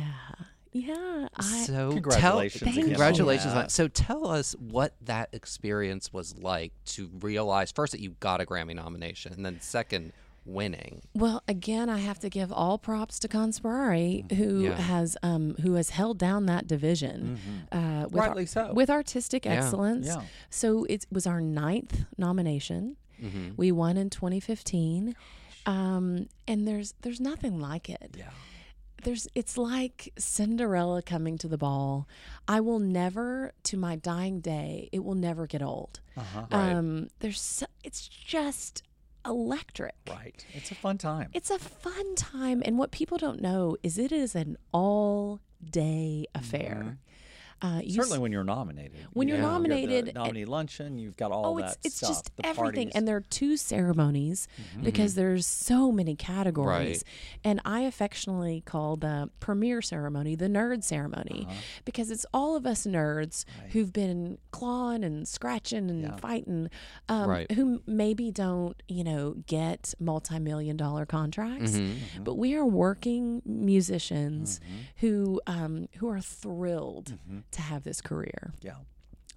Speaker 3: yeah. I,
Speaker 1: so
Speaker 2: Congratulations
Speaker 1: Tell,
Speaker 2: again on
Speaker 1: congratulations on
Speaker 2: that.
Speaker 1: that. So tell us what that experience was like to realize first that you got a Grammy nomination, and then second, winning.
Speaker 3: Well, again, I have to give all props to Consperari, who
Speaker 1: Yeah.
Speaker 3: has um, who has held down that division, uh, with
Speaker 2: Rightly so.
Speaker 3: with artistic excellence.
Speaker 2: Yeah.
Speaker 3: So it was our ninth nomination. We won in 2015, um, and there's there's nothing like it.
Speaker 2: Yeah.
Speaker 3: There's it's like Cinderella coming to the ball. I will never, to my dying day, it will never get old.
Speaker 2: Uh-huh.
Speaker 1: Right.
Speaker 3: Um, there's so, it's just electric.
Speaker 2: Right. It's a fun time.
Speaker 3: It's a fun time. And what people don't know is it is an all day affair. Uh, you
Speaker 2: Mm-hmm. Certainly when you're nominated.
Speaker 3: When you're
Speaker 2: You have the
Speaker 3: nominated, it-
Speaker 2: nominee luncheon, you've got all
Speaker 3: Oh,
Speaker 2: that
Speaker 3: it's it's
Speaker 2: stuff.
Speaker 3: just
Speaker 2: the
Speaker 3: everything,
Speaker 2: parties. Mm-hmm.
Speaker 3: and there are two ceremonies because there's so many categories, and I affectionately call the premiere ceremony the nerd ceremony
Speaker 2: Uh-huh.
Speaker 3: because it's all of us nerds who've been clawing and scratching and fighting, um,
Speaker 1: Right.
Speaker 3: who maybe don't you know get multi-million dollar contracts,
Speaker 2: Mm-hmm,
Speaker 3: but we are working musicians who um, who are thrilled
Speaker 2: Mm-hmm.
Speaker 3: to have this career.
Speaker 2: yeah.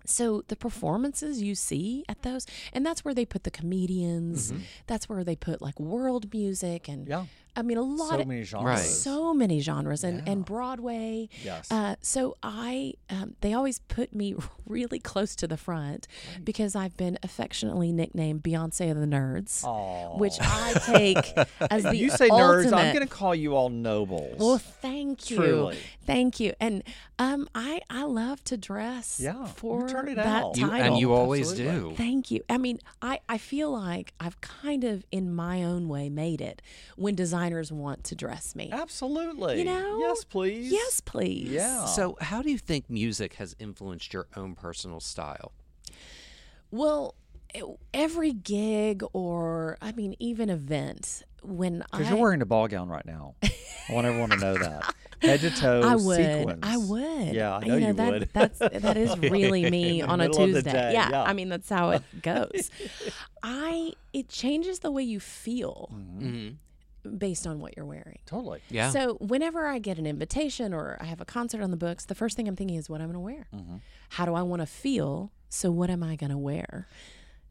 Speaker 3: So the performances you see at those, and that's where they put the comedians. That's where they put like world music and
Speaker 2: Mm-hmm. Yeah.
Speaker 3: I mean a lot
Speaker 2: So
Speaker 3: of
Speaker 2: many genres.
Speaker 3: so many genres and and Broadway.
Speaker 2: Yes.
Speaker 3: Uh, so I um, they always put me really close to the front because I've been affectionately nicknamed Beyonce of the Nerds,
Speaker 2: Aw.
Speaker 3: which I take as the
Speaker 2: you say nerds, I'm
Speaker 3: ultimate-
Speaker 2: going to call you all nobles.
Speaker 3: well, thank you,
Speaker 2: Truly.
Speaker 3: thank you, and um, I I love to dress
Speaker 2: Yeah, you
Speaker 3: for
Speaker 2: turn it
Speaker 3: that
Speaker 2: out.
Speaker 1: You,
Speaker 3: title.
Speaker 1: and you always
Speaker 2: Absolutely.
Speaker 1: do.
Speaker 3: Thank you. I mean, I, I feel like I've kind of, in my own way, made it when designers want to dress me.
Speaker 2: Oh, Absolutely.
Speaker 3: You know?
Speaker 2: Yes, please.
Speaker 3: Yes, please.
Speaker 2: Yeah.
Speaker 1: So, how do you think music has influenced your own personal style?
Speaker 3: Well, e- every gig or, I mean, even event, when I.
Speaker 2: Because you're wearing a ball gown right now. I want everyone to know that. Head to toe
Speaker 3: I would.
Speaker 2: sequins.
Speaker 3: I would.
Speaker 2: Yeah, I know
Speaker 3: you know
Speaker 2: you
Speaker 3: that
Speaker 2: would.
Speaker 3: that's that is really me
Speaker 2: In the
Speaker 3: on a
Speaker 2: middle of the
Speaker 3: Tuesday.
Speaker 2: day,
Speaker 3: yeah,
Speaker 2: yeah.
Speaker 3: I mean that's how it goes. I it changes the way you feel
Speaker 1: Mm-hmm.
Speaker 3: based on what you're wearing.
Speaker 2: Totally.
Speaker 1: Yeah.
Speaker 3: So whenever I get an invitation or I have a concert on the books, the first thing I'm thinking is what I'm going to wear.
Speaker 2: Mm-hmm.
Speaker 3: How do I want to feel? So what am I going to wear?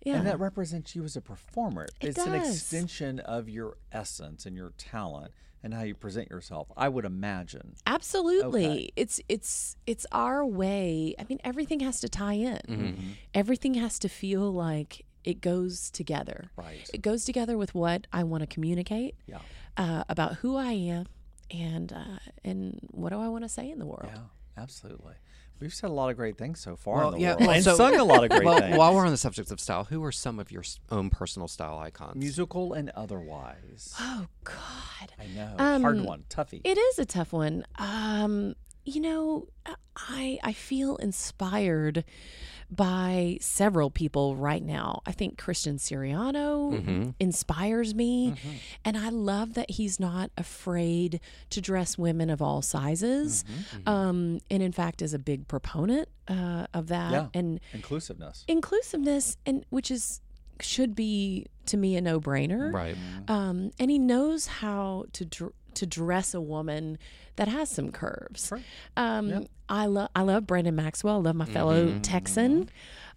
Speaker 3: Yeah.
Speaker 2: And that represents you as a performer.
Speaker 3: It
Speaker 2: it's an
Speaker 3: does.
Speaker 2: extension of your essence and your talent and how you present yourself. I would imagine.
Speaker 3: Absolutely. It's it's it's our way. I mean, everything has to tie in.
Speaker 2: Mm-hmm.
Speaker 3: Everything has to feel like it goes together.
Speaker 2: Right.
Speaker 3: It goes together with what I want to communicate
Speaker 2: Yeah.
Speaker 3: uh, about who I am and uh, and what do I want to say in the world.
Speaker 2: Yeah. Absolutely. We've said a lot of great things so far
Speaker 1: Well,
Speaker 2: in the
Speaker 1: yeah,
Speaker 2: world,
Speaker 1: well,
Speaker 2: and
Speaker 1: so-
Speaker 2: sung a lot of great
Speaker 1: Well,
Speaker 2: things,
Speaker 1: while we're on the subject of style, who are some of your s- own personal style icons?
Speaker 2: musical and otherwise.
Speaker 3: Oh God.
Speaker 2: I know, hard one, toughy.
Speaker 3: Um, It is a tough one. Um, you know, I I feel inspired by several people right now. I think Christian Siriano inspires me, and I love that he's not afraid to dress women of all sizes, Um, and in fact is a big proponent uh, of that.
Speaker 2: Yeah.
Speaker 3: And
Speaker 2: Inclusiveness.
Speaker 3: inclusiveness, and which is should be to me a no brainer,
Speaker 1: Right.
Speaker 2: Mm.
Speaker 3: um, and he knows how to dr- to dress a woman that has some curves.
Speaker 2: Sure.
Speaker 3: Um, I love I love Brandon Maxwell. I love my fellow
Speaker 2: Mm-hmm.
Speaker 3: Texan.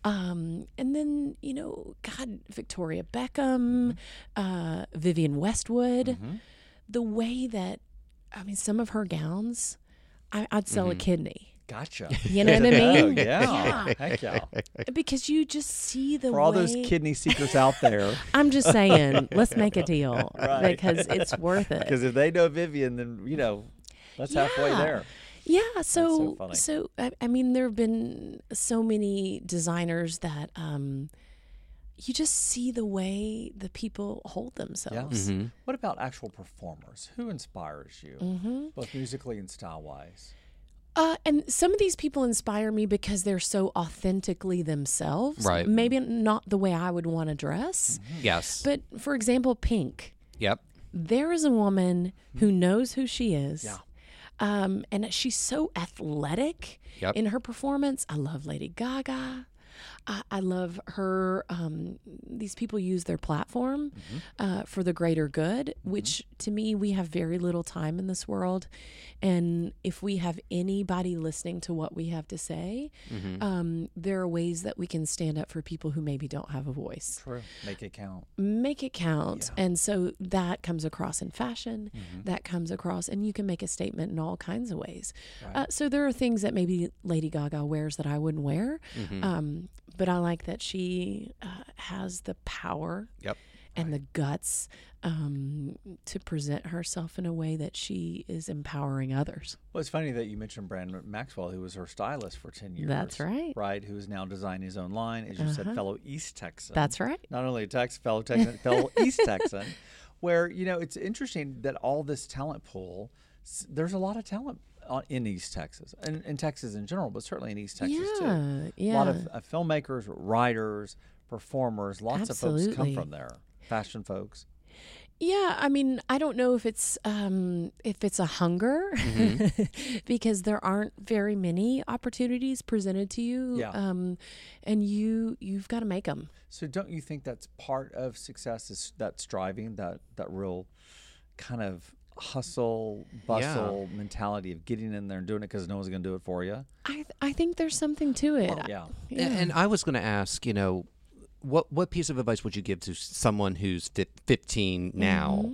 Speaker 3: Um, and then you know, God, Victoria Beckham,
Speaker 2: Mm-hmm.
Speaker 3: uh, Vivian Westwood, the way that I mean, some of her gowns, I, I'd sell a kidney.
Speaker 2: Gotcha.
Speaker 3: You know what I
Speaker 2: Oh,
Speaker 3: mean?
Speaker 2: Mm-hmm. yeah. Heck yeah.
Speaker 3: Because you just see the
Speaker 2: For all
Speaker 3: way
Speaker 2: those kidney seekers out there,
Speaker 3: I'm just saying, let's make a deal because it's worth it.
Speaker 2: because if they know Vivian, then, you know, that's halfway
Speaker 3: Yeah.
Speaker 2: there.
Speaker 3: Yeah, so so,
Speaker 2: funny.
Speaker 3: I, I mean, there have been so many designers that um, you just see the way the people hold themselves.
Speaker 2: What about actual performers? Who inspires you,
Speaker 3: Mm-hmm.
Speaker 2: both musically and style wise?
Speaker 3: Uh, and some of these people inspire me because they're so authentically themselves.
Speaker 1: Right. Mm-hmm.
Speaker 3: Maybe not the way I would want to dress,
Speaker 1: Yes.
Speaker 3: but for example, Pink.
Speaker 1: yep.
Speaker 3: There is a woman who knows who she is. Um, and she's so athletic
Speaker 1: Yep.
Speaker 3: in her performance. I love Lady Gaga. I, I love her. Um, these people use their platform uh, for the greater good, which to me, we have very little time in this world. And if we have anybody listening to what we have to say, um, there are ways that we can stand up for people who maybe don't have a voice
Speaker 2: True. Make it count.
Speaker 3: make it count. And so that comes across in fashion,
Speaker 2: Mm-hmm.
Speaker 3: that comes across, and you can make a statement in all kinds of ways. Uh, so there are things that maybe Lady Gaga wears that I wouldn't wear,
Speaker 2: Mm-hmm.
Speaker 3: um, but I like that she uh, has the power
Speaker 1: Yep.
Speaker 3: and the guts um, to present herself in a way that she is empowering others.
Speaker 2: Well, it's funny that you mentioned Brandon Maxwell, who was her stylist for 10 years.
Speaker 3: That's right. Uh-huh.
Speaker 2: Right, who is now designing his own line, as you said, fellow East Texan.
Speaker 3: That's right.
Speaker 2: Not only a Tex, fellow Texan, fellow East Texan, where, you know, it's interesting that all this talent pool, s- there's a lot of talent on- in East Texas, and in Texas in general, but certainly in East Texas
Speaker 3: Yeah,
Speaker 2: too. A lot of
Speaker 3: yeah.
Speaker 2: uh, filmmakers, writers, performers, lots of folks come
Speaker 3: Absolutely.
Speaker 2: from there. Fashion folks.
Speaker 3: Yeah, I mean, I don't know if it's um, if it's a hunger
Speaker 2: Mm-hmm.
Speaker 3: because there aren't very many opportunities presented to you,
Speaker 2: Yeah.
Speaker 3: um, and you you've got to make them.
Speaker 2: So don't you think that's part of success is that striving, that that real kind of hustle, bustle mentality of getting in there and doing it because no one's going to do it for you?
Speaker 3: I th- I think there's something to it.
Speaker 2: Yeah.
Speaker 1: A- And I was going to ask, you know, what what piece of advice would you give to someone who's fif- 15 now
Speaker 3: Mm-hmm.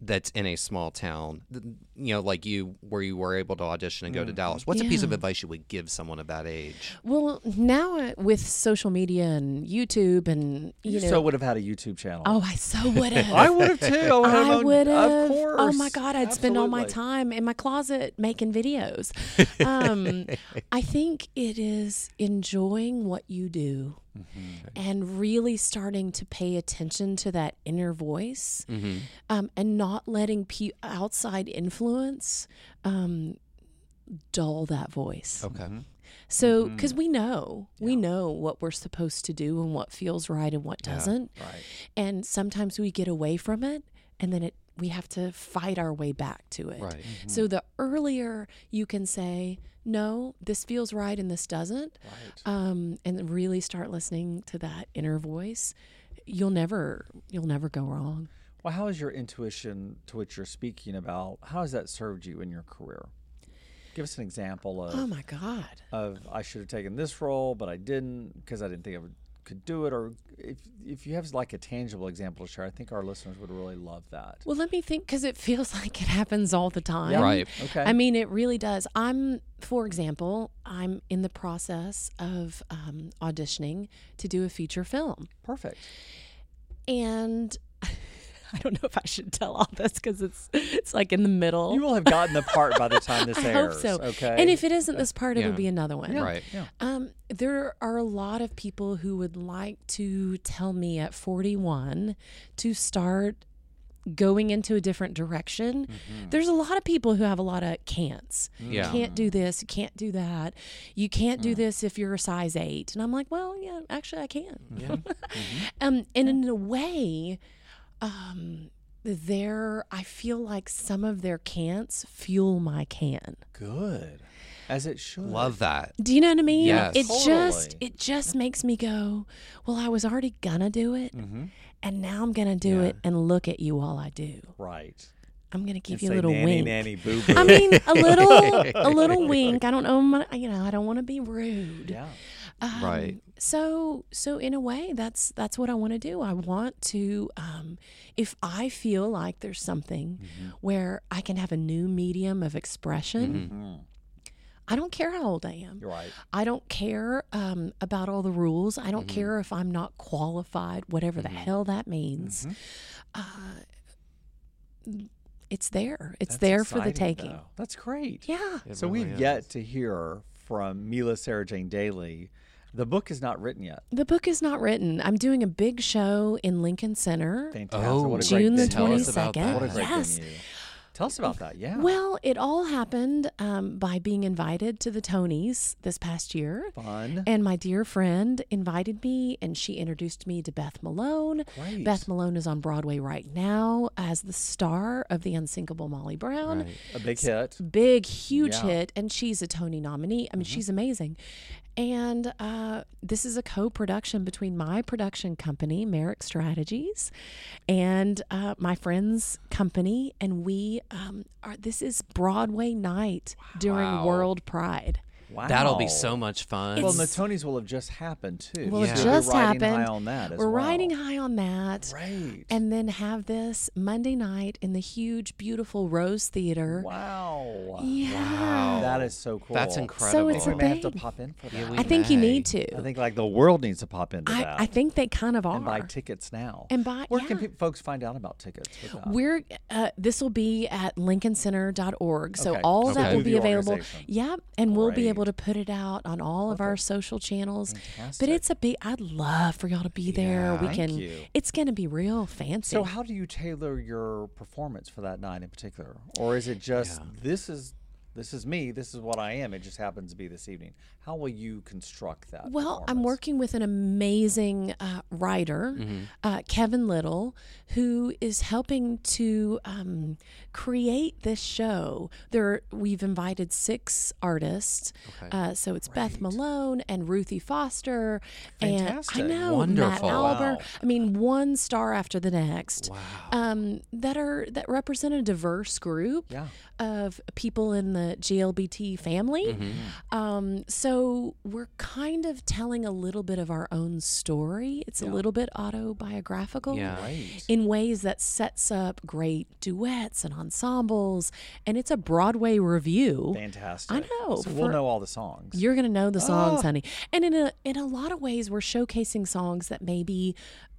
Speaker 1: that's in a small town, th- you know, like you, where you were able to audition and go
Speaker 2: Mm-hmm.
Speaker 1: to Dallas? What's a piece of advice you would give someone of that age?
Speaker 3: Well, now uh, with social media and YouTube and you,
Speaker 2: You
Speaker 3: know,
Speaker 2: so would have had a YouTube channel.
Speaker 3: oh, I so would have.
Speaker 2: I would have too. I would have.
Speaker 3: I
Speaker 2: owned-
Speaker 3: would
Speaker 2: Of
Speaker 3: have.
Speaker 2: course.
Speaker 3: Oh my God, I'd spend all my
Speaker 2: Absolutely.
Speaker 3: time in my closet making videos. Um, I think it is enjoying what you do
Speaker 2: Mm-hmm.
Speaker 3: and really starting to pay attention to that inner voice
Speaker 2: Mm-hmm.
Speaker 3: um, and not letting pe- outside influence um, dull that voice.
Speaker 2: Oh,
Speaker 1: Okay.
Speaker 2: Mm-hmm.
Speaker 3: So, because we know, we know what we're supposed to do and what feels right and what doesn't.
Speaker 2: right.
Speaker 3: And sometimes we get away from it and then it we have to fight our way back to it.
Speaker 1: Right.
Speaker 3: So the earlier you can say, no, this feels right and this doesn't, um, and really start listening to that inner voice, you'll never you'll never go wrong.
Speaker 2: Well, how is your intuition to which you're speaking about? How has that served you in your career? Give us an example of
Speaker 3: Oh my God.
Speaker 2: of I should have taken this role, but I didn't because I didn't think I would, could do it. Or if if you have like a tangible example to share, I think our listeners would really love that.
Speaker 3: Well, let me think because it feels like it happens all the time.
Speaker 1: Right.
Speaker 2: Okay.
Speaker 3: I mean, it really does. I'm, for example, I'm in the process of um, auditioning to do a feature film.
Speaker 2: Perfect.
Speaker 3: And I don't know if I should tell all this because it's, it's like in the middle.
Speaker 2: You will have gotten the part by the time this
Speaker 3: Oh. I hope
Speaker 2: airs.
Speaker 3: so.
Speaker 2: Okay.
Speaker 3: And if it isn't this part, it'll
Speaker 1: Yeah.
Speaker 3: be another one.
Speaker 1: Right.
Speaker 2: Yeah.
Speaker 3: Um, there are a lot of people who would like to tell me at 41 to start going into a different direction.
Speaker 2: Mm-hmm.
Speaker 3: There's a lot of people who have a lot of can'ts. You
Speaker 1: Yeah.
Speaker 3: can't do this, you can't do that. You can't
Speaker 2: Mm.
Speaker 3: do this if you're a size 8. And I'm like, "Well, yeah, actually I can."
Speaker 1: Yeah.
Speaker 3: Um and in a way um there I feel like some of their can'ts fuel my can.
Speaker 2: Good. As it should.
Speaker 1: Love that.
Speaker 3: Do you know what I mean?
Speaker 1: Yes.
Speaker 3: It just
Speaker 2: Totally.
Speaker 3: it just makes me go, well, I was already gonna do it,
Speaker 2: Mm.
Speaker 3: and now I'm gonna do it and look at you while I do.
Speaker 2: Right.
Speaker 3: I'm gonna give
Speaker 2: And
Speaker 3: you
Speaker 2: say,
Speaker 3: a little
Speaker 2: nanny,
Speaker 3: wink.
Speaker 2: nanny, boo
Speaker 3: I
Speaker 2: boo.
Speaker 3: mean, a little a little wink. I don't know, my- you know, I don't want to be rude.
Speaker 2: yeah.
Speaker 3: Um,
Speaker 1: Right.
Speaker 3: So so in a way, that's that's what I want to do. I want to, um, if I feel like there's something
Speaker 2: Mm-hmm.
Speaker 3: where I can have a new medium of expression. I don't care how old I am.
Speaker 2: Mm, You're right.
Speaker 3: I don't care um, about all the rules. I
Speaker 2: Mm-hmm.
Speaker 3: don't care if I'm not qualified, whatever the hell that means. Uh,
Speaker 2: Mm-hmm.
Speaker 3: it's there. It's
Speaker 2: That's
Speaker 3: there for the
Speaker 2: exciting,
Speaker 3: taking.
Speaker 2: though. That's great.
Speaker 3: Yeah.
Speaker 2: So we've yet to hear from Mila Sarah Jane Daly. The book is not written yet.
Speaker 3: The book is not written. I'm doing a big show in Lincoln Center.
Speaker 2: Fantastic.
Speaker 1: Oh,
Speaker 2: what a great
Speaker 3: June the
Speaker 2: venue.
Speaker 1: Tell us about
Speaker 3: 22nd.
Speaker 2: What a
Speaker 1: that.
Speaker 2: great
Speaker 3: Yes.
Speaker 2: venue. Tell us about that. Yeah.
Speaker 3: Well, it all happened um, by being invited to the Tonys this past year.
Speaker 2: Fun.
Speaker 3: And my dear friend invited me, and she introduced me to Beth Malone.
Speaker 2: Great.
Speaker 3: Beth Malone is on Broadway right now as the star of The Unsinkable Molly Brown
Speaker 1: Right.
Speaker 2: A big hit.
Speaker 3: big, huge
Speaker 2: Yeah. Mm-hmm.
Speaker 3: hit, and she's a Tony nominee. I mean, she's amazing. And uh, this is a co-production between my production company, Merrick Strategies, and uh, my friend's company, and we um, are. This is Broadway night during
Speaker 1: Wow.
Speaker 3: World Pride.
Speaker 2: Wow.
Speaker 1: That'll be so much fun.
Speaker 2: Well, and the Tonys will have just happened too.
Speaker 3: Well,
Speaker 1: Yeah.
Speaker 3: it
Speaker 1: So
Speaker 2: You're
Speaker 3: just
Speaker 2: riding
Speaker 3: happened.
Speaker 2: High on that as
Speaker 3: We're
Speaker 2: well.
Speaker 3: riding high on that.
Speaker 2: Right.
Speaker 3: And then have this Monday night in the huge, beautiful Rose Theater.
Speaker 2: wow.
Speaker 3: Yeah.
Speaker 1: Wow.
Speaker 2: That is so cool.
Speaker 1: That's
Speaker 3: So
Speaker 1: incredible.
Speaker 3: it's
Speaker 2: We
Speaker 3: a
Speaker 2: may have to
Speaker 3: thing.
Speaker 2: pop in for that.
Speaker 1: Yeah, we-
Speaker 3: I think you
Speaker 1: may.
Speaker 3: need to.
Speaker 2: I think like the world needs to pop into
Speaker 3: I,
Speaker 2: that
Speaker 3: I think they kind of are.
Speaker 2: and buy tickets now.
Speaker 3: And buy-
Speaker 2: Where can
Speaker 3: yeah.
Speaker 2: peop folks find out about tickets? for that?
Speaker 3: We're uh, this will be at lincolncenter.org. So
Speaker 2: Okay.
Speaker 3: all
Speaker 1: Okay.
Speaker 3: that will
Speaker 2: Through
Speaker 3: be
Speaker 2: the
Speaker 3: available.
Speaker 2: organization.
Speaker 3: Yeah, and we'll be
Speaker 2: Great.
Speaker 3: able to put it out on all of our social channels. But it's a big I'd love for y'all to be there.
Speaker 2: Yeah.
Speaker 3: we
Speaker 2: Thank
Speaker 3: can
Speaker 2: you.
Speaker 3: it's going to be real fancy.
Speaker 2: so how do you tailor your performance for that night in particular, or is it just this is this is me, this is what I am? It just happens to be this evening. How will you construct that?
Speaker 3: Well, I'm
Speaker 2: performance?
Speaker 3: working with an amazing uh, writer, uh, Kevin Little, who is helping to um, create this show. There, we've invited six artists, uh, so it's Beth Malone and Ruthie Foster,
Speaker 2: Fantastic.
Speaker 3: and I know
Speaker 1: Wonderful.
Speaker 3: Matt
Speaker 1: Wow.
Speaker 3: Albert. I mean, one star after the next. Wow. Um, that are that represent a diverse group
Speaker 2: Yeah.
Speaker 3: of people in the GLBT family.
Speaker 2: Mm-hmm.
Speaker 3: Um, so we're kind of telling a little bit of our own story. It's a little bit autobiographical
Speaker 1: Yeah.
Speaker 2: Right.
Speaker 3: in ways that sets up great duets and ensembles. And it's a Broadway review.
Speaker 2: Fantastic.
Speaker 3: know,
Speaker 2: So we'll
Speaker 3: for-
Speaker 2: know all the songs.
Speaker 3: You're gonna know the
Speaker 2: Ah.
Speaker 3: songs, honey. And in a in a lot of ways, we're showcasing songs that maybe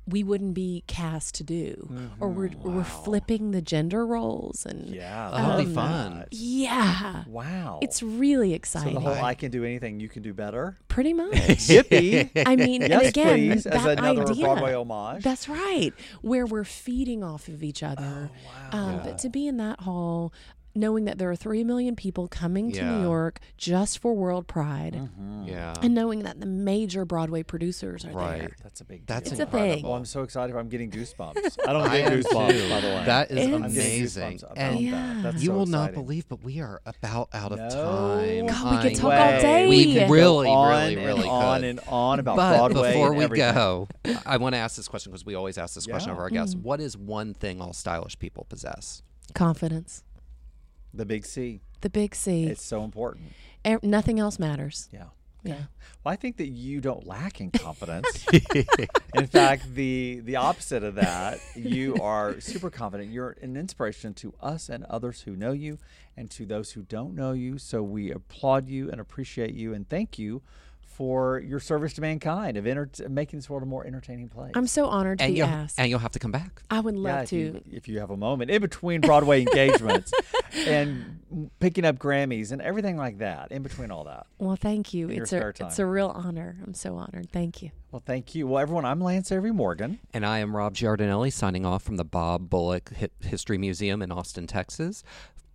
Speaker 3: we wouldn't be cast to do, or we're we're flipping the gender roles and
Speaker 2: Mm-hmm. yeah.
Speaker 1: That'll be
Speaker 2: love
Speaker 1: fun.
Speaker 2: that.
Speaker 3: yeah.
Speaker 2: Wow.
Speaker 3: It's really
Speaker 2: so
Speaker 3: exciting.
Speaker 2: the whole I can do anything, you can do better.
Speaker 3: Pretty much.
Speaker 2: Yippee.
Speaker 3: I mean, and
Speaker 2: Yes,
Speaker 3: again,
Speaker 2: please, as
Speaker 3: that
Speaker 2: another
Speaker 3: idea.
Speaker 2: Broadway homage.
Speaker 3: That's right, where we're feeding off of each other.
Speaker 2: Oh,
Speaker 3: um, But to be in that hall, knowing that there are three million people coming to
Speaker 1: Yeah.
Speaker 3: New York just for World Pride,
Speaker 2: Mm-hmm.
Speaker 1: yeah.
Speaker 3: and knowing that the major Broadway producers are
Speaker 1: Right.
Speaker 3: there.
Speaker 2: That's a big
Speaker 1: That's
Speaker 2: deal.
Speaker 3: It's a thing.
Speaker 2: Well, I'm so excited. I'm getting goosebumps. I don't
Speaker 1: I
Speaker 2: get
Speaker 1: am
Speaker 2: goosebumps,
Speaker 1: too.
Speaker 2: by the way.
Speaker 1: That is
Speaker 3: It's-
Speaker 2: I'm getting goosebumps
Speaker 1: amazing.
Speaker 2: about
Speaker 1: And
Speaker 2: that. That's
Speaker 1: you
Speaker 2: so
Speaker 1: will not
Speaker 2: exciting.
Speaker 1: believe, but we are about out of
Speaker 2: No
Speaker 1: time.
Speaker 3: God, we could
Speaker 1: I
Speaker 3: talk all
Speaker 1: know.
Speaker 3: day.
Speaker 1: We
Speaker 3: could
Speaker 2: go
Speaker 1: really,
Speaker 2: on
Speaker 1: really,
Speaker 2: and
Speaker 1: really
Speaker 2: on
Speaker 1: could.
Speaker 2: and on about
Speaker 1: but
Speaker 2: Broadway.
Speaker 1: before
Speaker 2: and
Speaker 1: we
Speaker 2: everything.
Speaker 1: go, I want to ask this question because we always ask this question
Speaker 2: Yeah.
Speaker 1: of our guests.
Speaker 3: Mm.
Speaker 1: What is one thing all stylish people possess?
Speaker 3: Confidence,
Speaker 2: the big C.
Speaker 3: the big C.
Speaker 2: It's so important.
Speaker 3: E- nothing else matters.
Speaker 2: Yeah.
Speaker 3: Yeah.
Speaker 2: Well, I think that you don't lack in confidence. in fact, the the opposite of that, you are super confident. You're an inspiration to us and others who know you and to those who don't know you. So we applaud you and appreciate you and thank you for your service to mankind of enter- making this world a more entertaining place.
Speaker 3: I'm so honored to
Speaker 1: And
Speaker 3: be
Speaker 1: you'll,
Speaker 3: asked.
Speaker 1: and you'll have to come back.
Speaker 3: I would
Speaker 2: Yeah,
Speaker 3: love
Speaker 2: if
Speaker 3: to.
Speaker 2: you, if you have a moment in between Broadway engagements and picking up Grammys and everything like that, in between all that.
Speaker 3: Well, thank you.
Speaker 2: your
Speaker 3: It's
Speaker 2: spare
Speaker 3: a
Speaker 2: time.
Speaker 3: it's a real honor. I'm so honored. Thank you.
Speaker 2: Well, thank you. Well, everyone, I'm Lance Avery Morgan.
Speaker 1: And I am Rob Giardinelli signing off from the Bob Bullock Hi- History Museum in Austin, Texas.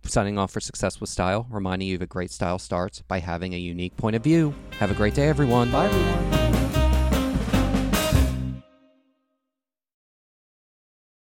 Speaker 1: Signing off for Success with Style, reminding you that great style starts by having a unique point of view. Have a great day, everyone.
Speaker 2: Bye, everyone.